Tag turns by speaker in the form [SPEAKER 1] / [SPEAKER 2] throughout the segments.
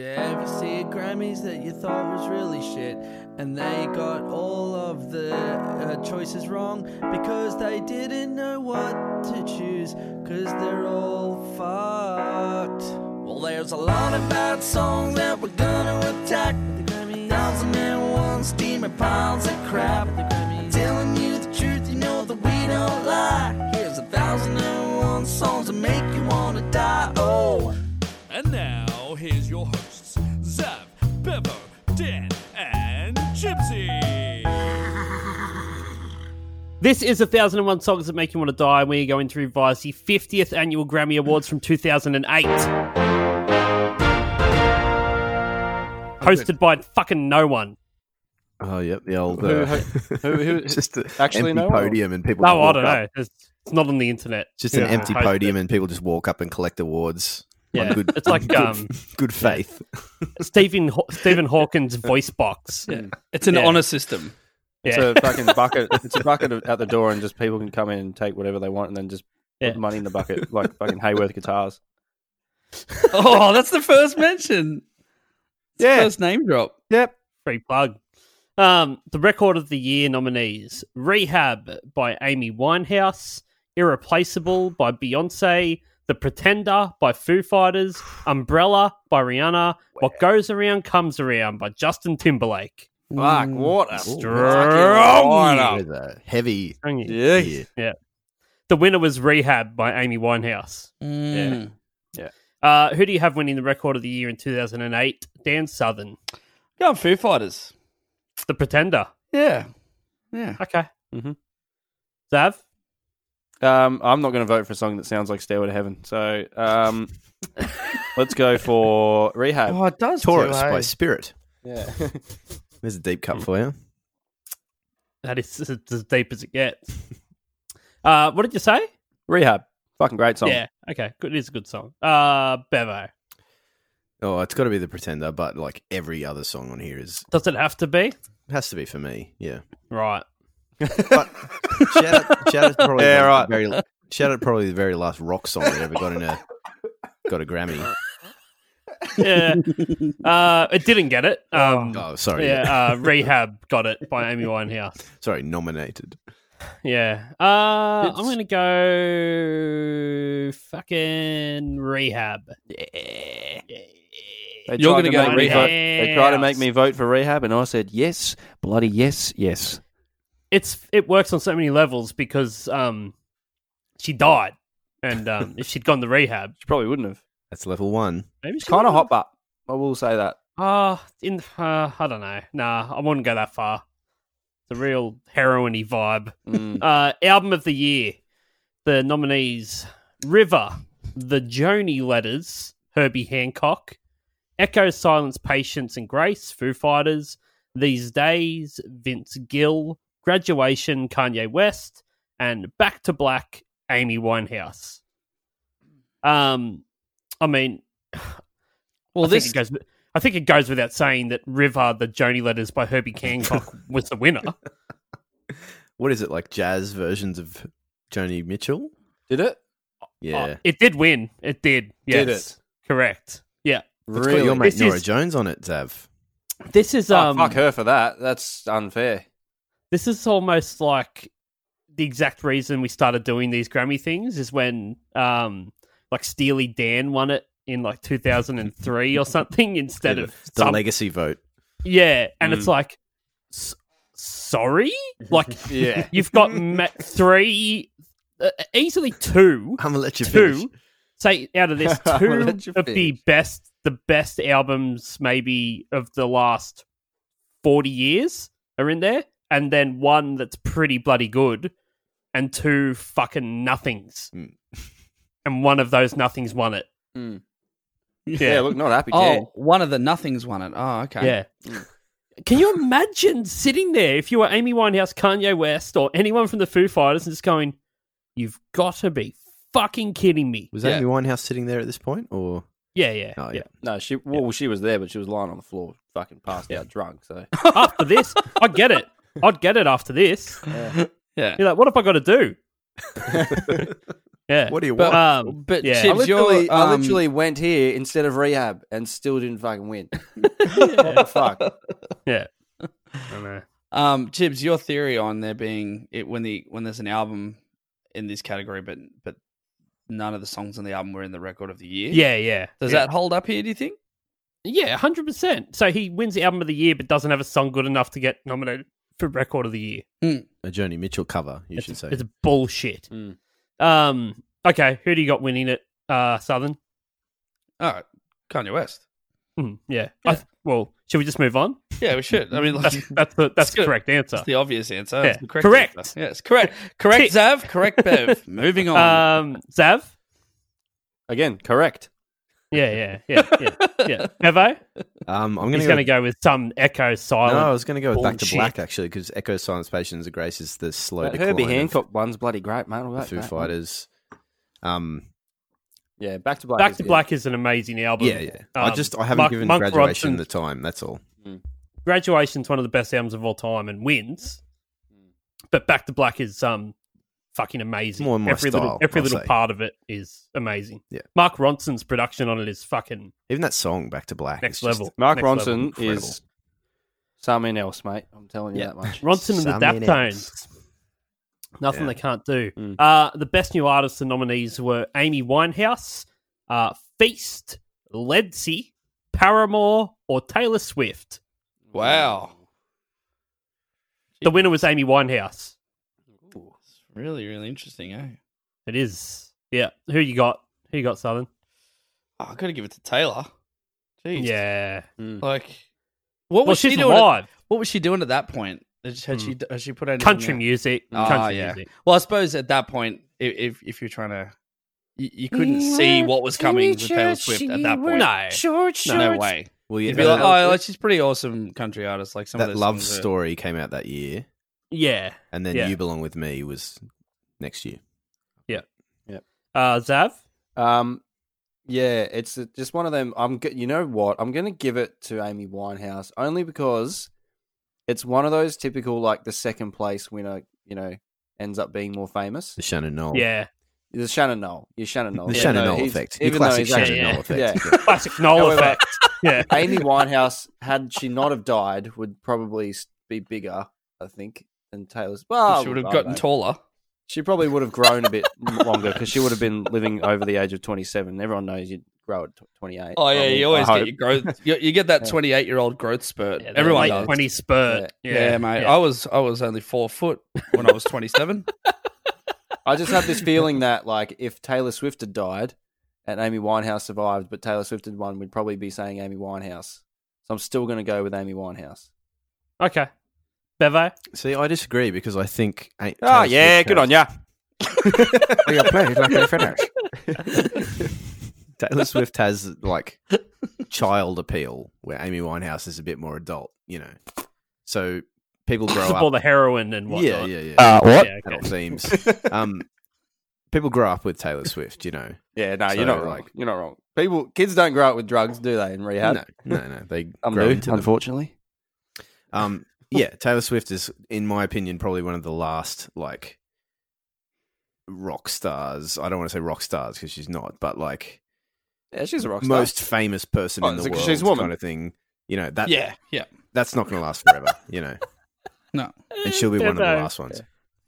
[SPEAKER 1] ever see at Grammys that you thought was really shit. And they got all of the uh, choices wrong because they didn't know what to choose because they're all fucked. Well, there's a lot of bad songs that we're gonna attack. The Grammys. Thousand and one steamer piles of crap. The Grammys. Telling you the truth, you know that we don't lie. Here's a thousand and one songs that make you wanna die. Oh.
[SPEAKER 2] And now, here's your hosts, Zav, Bevo, Dan, and Gypsy.
[SPEAKER 3] This is 1001 Songs That Make You Want to Die, and we're going to revise the 50th Annual Grammy Awards from 2008. Hosted by fucking no one.
[SPEAKER 4] Oh, yep, the old
[SPEAKER 5] Who-
[SPEAKER 4] uh,
[SPEAKER 5] who- who- who-
[SPEAKER 4] just a
[SPEAKER 5] actually
[SPEAKER 4] empty
[SPEAKER 5] no?
[SPEAKER 4] podium and people.
[SPEAKER 3] No, I
[SPEAKER 4] walk
[SPEAKER 3] don't
[SPEAKER 4] up.
[SPEAKER 3] know. It's, it's not on the internet.
[SPEAKER 4] Just
[SPEAKER 3] Yeah.
[SPEAKER 4] an empty
[SPEAKER 3] Hosted.
[SPEAKER 4] podium and people just walk up and collect awards. on
[SPEAKER 3] Yeah,
[SPEAKER 4] good,
[SPEAKER 3] it's like,
[SPEAKER 4] good,
[SPEAKER 3] um,
[SPEAKER 4] good faith.
[SPEAKER 3] Stephen, Haw- Stephen Hawkins' voice box. Yeah.
[SPEAKER 6] It's an
[SPEAKER 3] Yeah.
[SPEAKER 6] honor system.
[SPEAKER 5] It's a fucking bucket. It's a bucket of- at the door, and just people can come in and take whatever they want, and then just
[SPEAKER 3] Yeah.
[SPEAKER 5] put money in the bucket like fucking Hayworth guitars.
[SPEAKER 6] Oh, that's the first mention. It's the
[SPEAKER 5] Yeah.
[SPEAKER 6] First name drop.
[SPEAKER 5] Yep.
[SPEAKER 3] Free plug. Um, the record of the year nominees Rehab by Amy Winehouse, Irreplaceable by Beyonce, The Pretender by Foo Fighters, Umbrella by Rihanna, What Goes Around Comes Around by Justin Timberlake.
[SPEAKER 5] Fuck.
[SPEAKER 6] Mm.
[SPEAKER 5] What a
[SPEAKER 4] With a heavy.
[SPEAKER 5] Yeah.
[SPEAKER 3] The winner was Rehab by Amy Winehouse.
[SPEAKER 6] Mm.
[SPEAKER 3] Uh, who do you have winning the record of the year in 2008? Dan Southern.
[SPEAKER 6] Yeah, Foo Fighters.
[SPEAKER 3] The Pretender.
[SPEAKER 6] Yeah. Yeah.
[SPEAKER 3] Okay.
[SPEAKER 5] Mhm.
[SPEAKER 3] Zav?
[SPEAKER 5] Um, I'm not going to vote for a song that sounds like Stairway to Heaven. So um, let's go for Rehab.
[SPEAKER 6] Oh, it does.
[SPEAKER 4] Taurus
[SPEAKER 6] too, eh?
[SPEAKER 4] by Spirit.
[SPEAKER 5] Yeah.
[SPEAKER 4] There's a deep
[SPEAKER 3] Hmm.
[SPEAKER 4] cut for you.
[SPEAKER 3] That is as, as deep as it gets. Uh, what did you say?
[SPEAKER 5] Rehab. Fucking great song.
[SPEAKER 3] Yeah. Okay. Good. It is a good song. Uh, Bevo.
[SPEAKER 4] Oh, it's got to be the Pretender, but like every other song on here is
[SPEAKER 3] Does it have to be?
[SPEAKER 4] has to be for me. Yeah.
[SPEAKER 3] Right.
[SPEAKER 4] But shout out, shout out to probably
[SPEAKER 5] Yeah,
[SPEAKER 4] the
[SPEAKER 5] right.
[SPEAKER 4] very shout out probably the very last rock song that ever got in a got a Grammy.
[SPEAKER 3] Yeah. uh, it didn't get it. Um,
[SPEAKER 4] Oh, sorry.
[SPEAKER 3] yeah. Uh, Rehab got it by Amy Winehouse.
[SPEAKER 4] Sorry, nominated.
[SPEAKER 3] Yeah. Uh, I'm
[SPEAKER 5] It's-
[SPEAKER 3] gonna go fucking Rehab. Yeah.
[SPEAKER 5] They
[SPEAKER 6] You're gonna
[SPEAKER 5] tried to
[SPEAKER 6] go
[SPEAKER 5] make me
[SPEAKER 3] Rehab.
[SPEAKER 5] vote- They tried to make
[SPEAKER 3] Yes.
[SPEAKER 5] me vote for Rehab, and I said yes, bloody yes, yes.
[SPEAKER 3] It's it works on so many levels because um, she died, and um, if she'd gone to rehab,
[SPEAKER 5] She probably wouldn't have.
[SPEAKER 4] That's level one.
[SPEAKER 3] maybe she
[SPEAKER 5] It's kind
[SPEAKER 3] would've-
[SPEAKER 5] of hot butt. I will say that.
[SPEAKER 3] Uh, in uh, I don't know. Nah, I wouldn't go that far. It's a real heroiny vibe.
[SPEAKER 6] Mm.
[SPEAKER 5] Mm.
[SPEAKER 3] Uh, album of the year. The nominees: River, The Joni Letters, Herbie Hancock, Echo, Silence, Patience and Grace, Foo Fighters, These Days, Vince Gill, Graduation, Kanye West, and Back to Black, Amy Winehouse. Um, I mean,
[SPEAKER 6] Well,
[SPEAKER 3] I
[SPEAKER 6] this
[SPEAKER 3] think it goes. I think it goes without saying that "River," the Joni Letters by Herbie Hancock, was the winner.
[SPEAKER 4] What is it like? Jazz versions of Joni Mitchell?
[SPEAKER 5] Did it?
[SPEAKER 4] Yeah.
[SPEAKER 3] Uh, it did win. It did. Yes,
[SPEAKER 5] Did it?
[SPEAKER 3] correct. Yeah,
[SPEAKER 4] It's got your mate
[SPEAKER 3] This
[SPEAKER 4] Nora
[SPEAKER 3] is-
[SPEAKER 4] Jones on it, Zav.
[SPEAKER 3] this is
[SPEAKER 5] Oh,
[SPEAKER 3] um,
[SPEAKER 5] fuck her for that. That's unfair.
[SPEAKER 3] this is almost like the exact reason we started doing these Grammy things is when um, like Steely Dan won it in like 2003 or something instead
[SPEAKER 4] Yeah,
[SPEAKER 3] of
[SPEAKER 4] the
[SPEAKER 3] some
[SPEAKER 4] legacy vote.
[SPEAKER 3] Yeah, and it's like, s- sorry, like
[SPEAKER 5] Yeah.
[SPEAKER 3] you've got ma- three, uh, easily two,
[SPEAKER 4] I'm gonna let you finish.
[SPEAKER 3] two. Say out of this,
[SPEAKER 5] I'll
[SPEAKER 3] two
[SPEAKER 5] let you
[SPEAKER 3] of the
[SPEAKER 5] finish.
[SPEAKER 3] best, the best albums maybe of the last forty years are in there, and then one that's pretty bloody good, and two fucking nothings,
[SPEAKER 4] Mm.
[SPEAKER 3] and one of those nothings won it.
[SPEAKER 5] Mm.
[SPEAKER 3] Yeah,
[SPEAKER 5] Yeah, look, not happy.
[SPEAKER 6] oh,
[SPEAKER 5] Ken.
[SPEAKER 6] one of the nothings won it. Oh, okay.
[SPEAKER 3] Yeah. Can you imagine sitting there if you were Amy Winehouse, Kanye West, or anyone from the Foo Fighters and just going, You've got to be fucking kidding me.
[SPEAKER 4] Was
[SPEAKER 6] Yeah.
[SPEAKER 4] Amy Winehouse sitting there at this point, or
[SPEAKER 3] Yeah, yeah.
[SPEAKER 4] Oh,
[SPEAKER 3] yeah.
[SPEAKER 4] yeah.
[SPEAKER 5] No, she well, she was there, but she was lying on the floor, fucking passed out, drunk. So
[SPEAKER 3] after this, I'd get it. I'd get it after this.
[SPEAKER 6] Yeah.
[SPEAKER 3] You're like, What have I got to do? Yeah.
[SPEAKER 4] What do you
[SPEAKER 5] But-
[SPEAKER 4] want?
[SPEAKER 3] um,
[SPEAKER 6] But
[SPEAKER 3] Yeah.
[SPEAKER 5] I
[SPEAKER 6] Chibs, you're,
[SPEAKER 5] literally, I
[SPEAKER 6] um,
[SPEAKER 5] literally went here instead of rehab and still didn't fucking win. What the fuck?
[SPEAKER 3] I don't know.
[SPEAKER 6] Um, Chibs, your theory on there being it when the when there's an album in this category, but but none of the songs on the album were in the record of the year.
[SPEAKER 3] Yeah, yeah.
[SPEAKER 6] does
[SPEAKER 3] yeah.
[SPEAKER 6] that hold up here? Do you think?
[SPEAKER 3] Yeah, hundred percent. So he wins the album of the year, but doesn't have a song good enough to get nominated for record of the year.
[SPEAKER 4] a Joni Mitchell cover, you
[SPEAKER 3] it's,
[SPEAKER 4] should say.
[SPEAKER 3] it's bullshit.
[SPEAKER 6] Hmm.
[SPEAKER 5] Mm.
[SPEAKER 3] Um. Okay, who do you got winning it? Uh, Southern.
[SPEAKER 6] Oh, Kanye West.
[SPEAKER 3] Mm, yeah. I th- well, should we just move on?
[SPEAKER 6] Yeah, we should. I mean, like,
[SPEAKER 3] That's that's the that's the
[SPEAKER 6] good.
[SPEAKER 3] correct answer.
[SPEAKER 6] that's the obvious answer.
[SPEAKER 3] Yeah.
[SPEAKER 6] It's the correct.
[SPEAKER 3] Correct.
[SPEAKER 6] Answer. Yes, correct. Correct,
[SPEAKER 3] Tick.
[SPEAKER 6] Zav. Correct, Bev. Moving on.
[SPEAKER 3] Um, Zav.
[SPEAKER 5] Again, correct.
[SPEAKER 3] Yeah, yeah, yeah, yeah. yeah. Bevo.
[SPEAKER 4] um, I'm going
[SPEAKER 3] He's
[SPEAKER 4] to
[SPEAKER 3] going
[SPEAKER 4] go.
[SPEAKER 3] to go with some echo
[SPEAKER 4] No, I
[SPEAKER 3] silent.
[SPEAKER 4] was going to go with Back to
[SPEAKER 3] Bullshit.
[SPEAKER 4] Black actually, because Echo Silence Patience of Grace is the slow
[SPEAKER 5] That
[SPEAKER 4] decline.
[SPEAKER 5] Herbie
[SPEAKER 4] of
[SPEAKER 5] Hancock one's bloody great, mate. I
[SPEAKER 4] the
[SPEAKER 5] like
[SPEAKER 4] Foo
[SPEAKER 5] that one.
[SPEAKER 4] Fighters. Um,
[SPEAKER 5] Yeah, back to black.
[SPEAKER 3] Back
[SPEAKER 5] is
[SPEAKER 3] to
[SPEAKER 5] good.
[SPEAKER 3] Black is an amazing album.
[SPEAKER 4] yeah, yeah. I
[SPEAKER 3] Um,
[SPEAKER 4] just I haven't
[SPEAKER 3] Monk-
[SPEAKER 4] given
[SPEAKER 3] Monk
[SPEAKER 4] graduation
[SPEAKER 3] Robson.
[SPEAKER 4] the time. That's all.
[SPEAKER 3] Graduation's one of the best albums of all time and wins.
[SPEAKER 5] Hmm.
[SPEAKER 3] But Back to Black is um fucking amazing.
[SPEAKER 4] More in my
[SPEAKER 3] every little
[SPEAKER 4] style,
[SPEAKER 3] every
[SPEAKER 4] I'll
[SPEAKER 3] little
[SPEAKER 4] say.
[SPEAKER 3] part of it is amazing.
[SPEAKER 4] Yeah.
[SPEAKER 3] Mark Ronson's production on it is fucking
[SPEAKER 4] Even that song Back to Black.
[SPEAKER 3] next
[SPEAKER 4] is just-
[SPEAKER 3] level.
[SPEAKER 5] Mark
[SPEAKER 3] Next level.
[SPEAKER 5] Ronson
[SPEAKER 4] Incredible.
[SPEAKER 5] is something else, mate. I'm telling you
[SPEAKER 4] Yeah.
[SPEAKER 5] that much.
[SPEAKER 3] Ronson and the
[SPEAKER 4] Something
[SPEAKER 3] Daptones. Nothing
[SPEAKER 4] Yeah.
[SPEAKER 3] they can't do.
[SPEAKER 5] Mm.
[SPEAKER 3] Uh, the best new artists and nominees were Amy Winehouse, uh, Feast, Ledsey, Paramore, or Taylor Swift.
[SPEAKER 6] wow.
[SPEAKER 3] The winner was Amy Winehouse.
[SPEAKER 6] It's really, really interesting, eh?
[SPEAKER 3] It is. Yeah. Who you got? Who you got, Southern?
[SPEAKER 6] Oh, I got to give it to Taylor. Jeez.
[SPEAKER 3] Yeah.
[SPEAKER 6] Like, what was
[SPEAKER 3] well,
[SPEAKER 6] she
[SPEAKER 3] she's
[SPEAKER 6] doing? at-
[SPEAKER 3] alive.
[SPEAKER 6] what was she doing at that point? Had she had,
[SPEAKER 3] Hmm.
[SPEAKER 6] she, had she put anything
[SPEAKER 3] Country
[SPEAKER 6] out?
[SPEAKER 3] music.
[SPEAKER 6] Ah,
[SPEAKER 3] country
[SPEAKER 6] yeah.
[SPEAKER 3] music.
[SPEAKER 6] Well, I suppose at that point, i- if if you're trying to, you, you couldn't see what was coming with Taylor Swift at that point.
[SPEAKER 3] No.
[SPEAKER 6] no, way.
[SPEAKER 4] Well, yeah,
[SPEAKER 6] You'd be
[SPEAKER 4] that,
[SPEAKER 6] like, oh, like, she's a pretty awesome country artist. Like some
[SPEAKER 4] that
[SPEAKER 6] of those
[SPEAKER 4] love
[SPEAKER 6] songs are-
[SPEAKER 4] story came out that year,
[SPEAKER 3] Yeah.
[SPEAKER 4] and then
[SPEAKER 3] Yeah.
[SPEAKER 4] You Belong with Me was next year.
[SPEAKER 3] Uh, Zav?
[SPEAKER 5] Um, yeah, it's uh, just one of them. I'm. g- You know what? I'm going to give it to Amy Winehouse only because it's one of those typical like the second place winner. You know, ends up being more famous.
[SPEAKER 4] The Shannon
[SPEAKER 6] Oh,
[SPEAKER 4] Knoll.
[SPEAKER 3] Yeah.
[SPEAKER 5] The Shannon Knoll. Your Shannon Knoll.
[SPEAKER 4] The
[SPEAKER 5] Yeah,
[SPEAKER 4] Shannon
[SPEAKER 5] no,
[SPEAKER 4] Knoll
[SPEAKER 5] he's-
[SPEAKER 4] effect. The
[SPEAKER 5] Even though
[SPEAKER 4] classic
[SPEAKER 5] he's
[SPEAKER 4] Shannon
[SPEAKER 3] Yeah, yeah.
[SPEAKER 4] Knoll effect.
[SPEAKER 5] Yeah.
[SPEAKER 3] Classic Noel
[SPEAKER 5] However-
[SPEAKER 3] effect. Yeah.
[SPEAKER 5] Amy Winehouse, had she not have died, would probably s- be bigger, I think, than Taylor's. Well,
[SPEAKER 6] She would
[SPEAKER 5] I
[SPEAKER 6] have
[SPEAKER 5] don't
[SPEAKER 6] gotten
[SPEAKER 5] know.
[SPEAKER 6] taller.
[SPEAKER 5] She probably would have grown a bit longer because she would have been living over the age of 27. Everyone knows you grow at tw- 28.
[SPEAKER 6] Oh
[SPEAKER 5] I
[SPEAKER 6] yeah,
[SPEAKER 5] mean,
[SPEAKER 6] you always
[SPEAKER 5] I
[SPEAKER 6] get
[SPEAKER 5] hope.
[SPEAKER 6] your growth. You, you get that
[SPEAKER 5] Yeah.
[SPEAKER 6] 28 year old growth spurt.
[SPEAKER 3] Yeah, the
[SPEAKER 6] Everyone
[SPEAKER 3] late
[SPEAKER 6] does.
[SPEAKER 3] 20 spurt. Yeah,
[SPEAKER 6] Yeah, mate. I was I was only four foot when I was 27.
[SPEAKER 5] Oh, I just have this feeling that, like, if Taylor Swift had died and Amy Winehouse survived, but Taylor Swift had won, we'd probably be saying Amy Winehouse. So I'm still going to go with Amy Winehouse.
[SPEAKER 3] Okay. Bevo?
[SPEAKER 4] See, I disagree because I think. Ain't
[SPEAKER 5] Oh, yeah, good on ya.
[SPEAKER 4] you. played like a finish. Taylor Swift has like child appeal, where Amy Winehouse is a bit more adult. You know, so people grow
[SPEAKER 3] All
[SPEAKER 4] up.
[SPEAKER 3] the heroin and whatnot.
[SPEAKER 4] yeah, yeah, yeah.
[SPEAKER 5] Ah,
[SPEAKER 3] what?
[SPEAKER 4] Adult themes. um, people grow up with Taylor Swift. You know,
[SPEAKER 5] Yeah, no,
[SPEAKER 4] So,
[SPEAKER 5] you're not wrong.
[SPEAKER 4] like-
[SPEAKER 5] You're not wrong. People, kids don't grow up with drugs, do they? In rehab,
[SPEAKER 4] no, no, no. They
[SPEAKER 5] I'm
[SPEAKER 4] grow
[SPEAKER 5] new,
[SPEAKER 4] into them.
[SPEAKER 5] unfortunately.
[SPEAKER 4] Um, yeah, Taylor Swift is, in my opinion, probably one of the last like rock stars. I don't want to say rock stars because she's not, but like
[SPEAKER 5] Yeah, she's a rock star.
[SPEAKER 4] most famous person
[SPEAKER 5] Oh,
[SPEAKER 4] in the
[SPEAKER 5] it's
[SPEAKER 4] world,
[SPEAKER 5] because she's a woman.
[SPEAKER 4] kind of thing. You know that
[SPEAKER 6] yeah, yeah,
[SPEAKER 4] that's not going to last forever. you know,
[SPEAKER 6] No.
[SPEAKER 4] and she'll be one of the
[SPEAKER 3] Uh, Bevo.
[SPEAKER 4] last ones.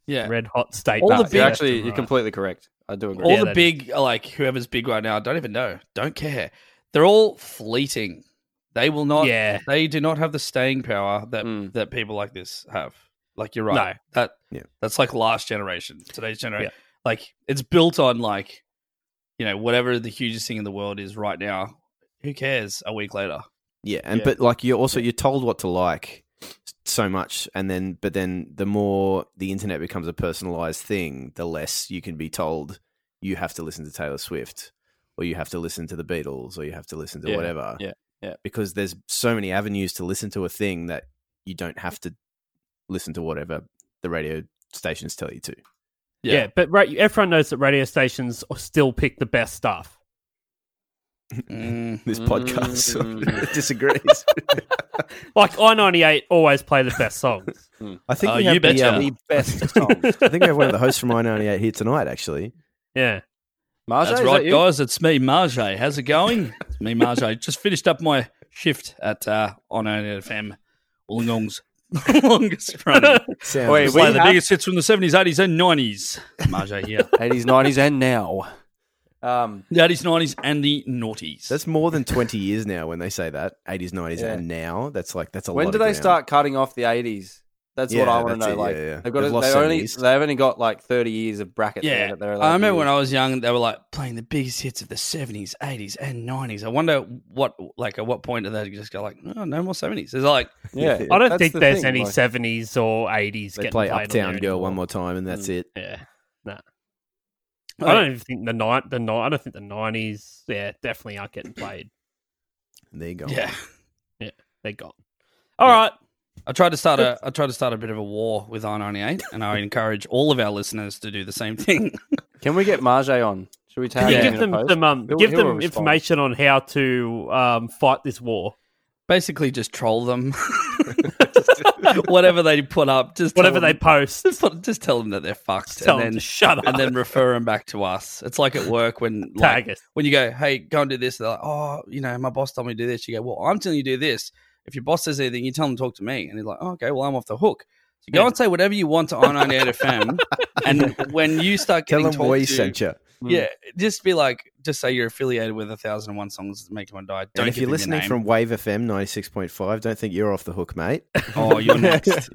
[SPEAKER 6] yeah.
[SPEAKER 3] Red hot state.
[SPEAKER 6] All
[SPEAKER 5] No,
[SPEAKER 6] the
[SPEAKER 5] you're
[SPEAKER 6] big-
[SPEAKER 5] actually, you're completely correct. I do agree.
[SPEAKER 6] All
[SPEAKER 3] Yeah,
[SPEAKER 6] the
[SPEAKER 3] that
[SPEAKER 6] big, like whoever's big right now, I don't even know. Don't care. They're all fleeting. They will not.
[SPEAKER 3] Yeah.
[SPEAKER 6] They do not have the staying power that
[SPEAKER 5] Mm.
[SPEAKER 6] that people like this have. Like you're right. That
[SPEAKER 4] Yeah.
[SPEAKER 6] that's like last generation. Today's generation.
[SPEAKER 3] Yeah.
[SPEAKER 6] Like it's built on like, you know, whatever the hugest thing in the world is right now. Who cares? A week later.
[SPEAKER 4] Yeah, and
[SPEAKER 5] Yeah.
[SPEAKER 4] but like you're also you're told what to like so much, and then but then the more the internet becomes a personalized thing, the less you can be told you have to listen to Taylor Swift or you have to listen to the Beatles or you have to listen to
[SPEAKER 5] Yeah,
[SPEAKER 4] whatever.
[SPEAKER 5] yeah, yeah.
[SPEAKER 4] Because there's so many avenues to listen to a thing that you don't have to listen to whatever the radio stations tell you to.
[SPEAKER 3] Yeah. but right, everyone knows that radio stations still pick the best stuff.
[SPEAKER 6] Mm.
[SPEAKER 4] This
[SPEAKER 5] Mm.
[SPEAKER 4] podcast disagrees.
[SPEAKER 3] Like I ninety eight always play the best songs.
[SPEAKER 4] I think
[SPEAKER 6] Oh,
[SPEAKER 4] we
[SPEAKER 6] you
[SPEAKER 4] have the,
[SPEAKER 6] betcha.
[SPEAKER 4] um,
[SPEAKER 5] best songs.
[SPEAKER 4] I think we have one of the hosts from I98 here tonight actually.
[SPEAKER 3] yeah,
[SPEAKER 5] Marja,
[SPEAKER 6] That's
[SPEAKER 5] is
[SPEAKER 6] right,
[SPEAKER 5] that you?
[SPEAKER 6] guys. It's me, Marjay. How's it going? it's me, Marjay. Just finished up my shift at uh, on FM Wollongong's longest running.
[SPEAKER 4] Sounds
[SPEAKER 5] Wait,
[SPEAKER 6] Play
[SPEAKER 5] we
[SPEAKER 6] the
[SPEAKER 5] have-
[SPEAKER 6] biggest hits from the seventies, eighties, and nineties. Marjay here.
[SPEAKER 5] 80s, 90s, and now. Um,
[SPEAKER 6] The eighties, nineties, and the noughties.
[SPEAKER 4] That's more than 20 years now when they say that. 80s, 90s,
[SPEAKER 5] Yeah.
[SPEAKER 4] and now. That's like, that's a lot.
[SPEAKER 5] when do
[SPEAKER 4] of
[SPEAKER 5] they
[SPEAKER 4] ground.
[SPEAKER 5] start cutting off the 80s? That's what
[SPEAKER 4] Yeah,
[SPEAKER 5] I want
[SPEAKER 4] that's
[SPEAKER 5] to know.
[SPEAKER 4] it,
[SPEAKER 5] Like
[SPEAKER 4] yeah, yeah.
[SPEAKER 5] they've got,
[SPEAKER 4] They've
[SPEAKER 5] they
[SPEAKER 4] lost
[SPEAKER 5] only
[SPEAKER 4] 70s.
[SPEAKER 5] they've only got like 30 years of bracket. there
[SPEAKER 6] yeah,
[SPEAKER 5] that they're allowed
[SPEAKER 6] I
[SPEAKER 5] to
[SPEAKER 6] remember when
[SPEAKER 5] use.
[SPEAKER 6] I was young, they were like playing the biggest hits of the seventies, eighties, and nineties. I wonder what, like, at what point do they just go like, no, no more seventies? There's like,
[SPEAKER 5] yeah,
[SPEAKER 3] I don't
[SPEAKER 5] that's
[SPEAKER 3] think
[SPEAKER 5] the
[SPEAKER 3] there's
[SPEAKER 5] thing,
[SPEAKER 3] any
[SPEAKER 5] like-
[SPEAKER 3] 70s or 80s.
[SPEAKER 4] They
[SPEAKER 3] getting
[SPEAKER 4] play
[SPEAKER 3] played on
[SPEAKER 4] Uptown
[SPEAKER 3] there
[SPEAKER 4] Girl
[SPEAKER 3] anymore.
[SPEAKER 4] one more time, and that's it.
[SPEAKER 3] Yeah.
[SPEAKER 6] oh,
[SPEAKER 3] I don't even think the night the night I don't think the nineties yeah definitely aren't getting played.
[SPEAKER 4] There you go.
[SPEAKER 6] yeah.
[SPEAKER 3] They're gone. All right,
[SPEAKER 6] I tried to start a I tried to start a bit of a war with I ninety eight, and I encourage all of our listeners to do the same thing.
[SPEAKER 5] Can we get Marjay on? Should we tag
[SPEAKER 3] You
[SPEAKER 6] Yeah.
[SPEAKER 3] give
[SPEAKER 5] him in a
[SPEAKER 3] them
[SPEAKER 5] post?
[SPEAKER 3] some um,
[SPEAKER 5] He'll-
[SPEAKER 3] give
[SPEAKER 5] he'll
[SPEAKER 3] them
[SPEAKER 5] respond.
[SPEAKER 3] information on how to um, fight this war.
[SPEAKER 6] Basically, just troll them. whatever they put up, just tell
[SPEAKER 3] Whatever they
[SPEAKER 6] them-
[SPEAKER 3] post,
[SPEAKER 6] just, put- just tell them that they're fucked,
[SPEAKER 3] tell
[SPEAKER 6] and
[SPEAKER 3] them
[SPEAKER 6] then
[SPEAKER 3] to shut up.
[SPEAKER 6] and then refer them back to us. It's like at work when like,
[SPEAKER 3] tag us.
[SPEAKER 6] when you go, hey, go and do this. They're like, oh, you know, my boss told me to do this. You go, well, I'm telling you to do this. If your boss says anything, you tell them to talk to me, and they're like, oh, okay, well, I'm off the hook. So go
[SPEAKER 3] Yeah.
[SPEAKER 6] and say whatever you want to I ninety eight FM, and when you start
[SPEAKER 4] Tell
[SPEAKER 6] getting
[SPEAKER 4] them
[SPEAKER 6] talked
[SPEAKER 4] we
[SPEAKER 6] to,
[SPEAKER 4] sent you.
[SPEAKER 5] Hmm. Mm.
[SPEAKER 6] Yeah, just be like, just say you're affiliated with a thousand and one songs that make them die. Don't
[SPEAKER 4] And if
[SPEAKER 6] give
[SPEAKER 4] you're
[SPEAKER 6] them
[SPEAKER 4] listening
[SPEAKER 6] your name.
[SPEAKER 4] from Wave FM 96.5, don't think you're off the hook, mate.
[SPEAKER 6] oh, you're next.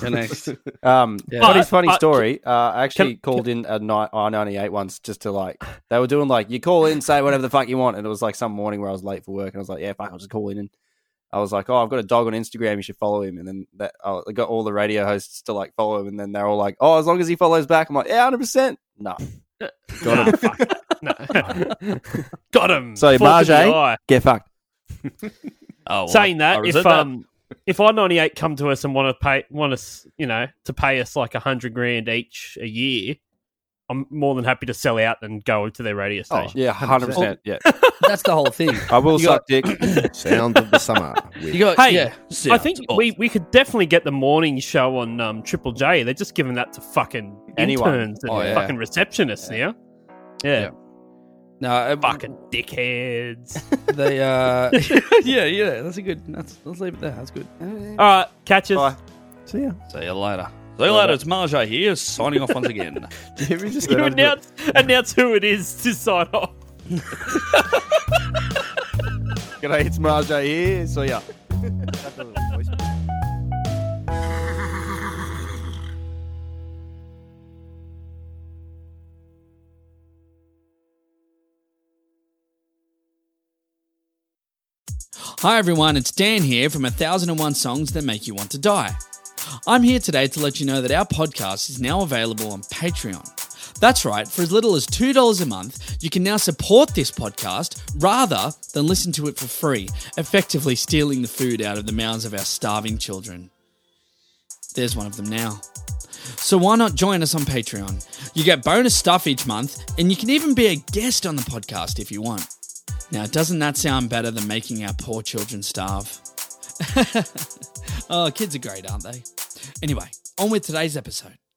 [SPEAKER 6] you're next.
[SPEAKER 5] Um,
[SPEAKER 6] Yeah.
[SPEAKER 5] funny,
[SPEAKER 3] But-
[SPEAKER 5] funny
[SPEAKER 3] but-
[SPEAKER 5] story. Uh, I actually called in a night I ninety eight once just to like they were doing like you call in, say whatever the fuck you want, and it was like some morning where I was late for work, and I was like, yeah, fuck, I'll just call in, and I was like, oh, I've got a dog on Instagram, you should follow him, and then that oh, I got all the radio hosts to like follow him, and then they're all like, oh, as long as he follows back, I'm like, yeah, hundred percent, no,
[SPEAKER 3] Got him. no. Got him.
[SPEAKER 5] So,
[SPEAKER 3] Fourth of
[SPEAKER 5] Marjay,
[SPEAKER 3] July.
[SPEAKER 5] get fucked.
[SPEAKER 6] Oh,
[SPEAKER 3] saying that,
[SPEAKER 6] I
[SPEAKER 3] if
[SPEAKER 6] resent that.
[SPEAKER 3] um, if I ninety eight come to us and want to pay, want us, you know, to pay us like a hundred grand each a year, I'm more than happy to sell out and go to their radio station.
[SPEAKER 5] Oh, Yeah, hundred
[SPEAKER 4] 100%.
[SPEAKER 5] percent. Yeah,
[SPEAKER 6] that's the whole thing.
[SPEAKER 5] I will
[SPEAKER 6] You
[SPEAKER 5] suck dick.
[SPEAKER 4] Sound of the summer. With
[SPEAKER 6] You got,
[SPEAKER 3] Hey,
[SPEAKER 6] yeah,
[SPEAKER 3] I think we, we could definitely get the morning show on um, Triple J. They're just giving that to fucking
[SPEAKER 5] Anyone.
[SPEAKER 3] interns and
[SPEAKER 6] Oh, yeah.
[SPEAKER 3] fucking receptionists now. Yeah,
[SPEAKER 6] Yeah. no uh,
[SPEAKER 3] fucking dickheads.
[SPEAKER 6] They uh, yeah, yeah. That's a good. That's, let's leave it there. That's good.
[SPEAKER 3] All right, catch us.
[SPEAKER 5] Bye.
[SPEAKER 4] See ya.
[SPEAKER 6] See you later. See you later. It's Marja here, signing off once again.
[SPEAKER 4] Did we just
[SPEAKER 3] You announce announce who it is to sign off.
[SPEAKER 5] G'day, it's Marjay here. So yeah. Oh,
[SPEAKER 7] Hi everyone, it's Dan here from 1001 Songs That Make You Want to Die. I'm here today to let you know that our podcast is now available on Patreon. That's right, for as little as $2 a month, you can now support this podcast rather than listen to it for free, effectively stealing the food out of the mouths of our starving children. There's one of them now. So why not join us on Patreon? You get bonus stuff each month, and you can even be a guest on the podcast if you want. Now, doesn't that sound better than making our poor children starve? oh, kids are great, aren't they? Anyway, on with today's episode.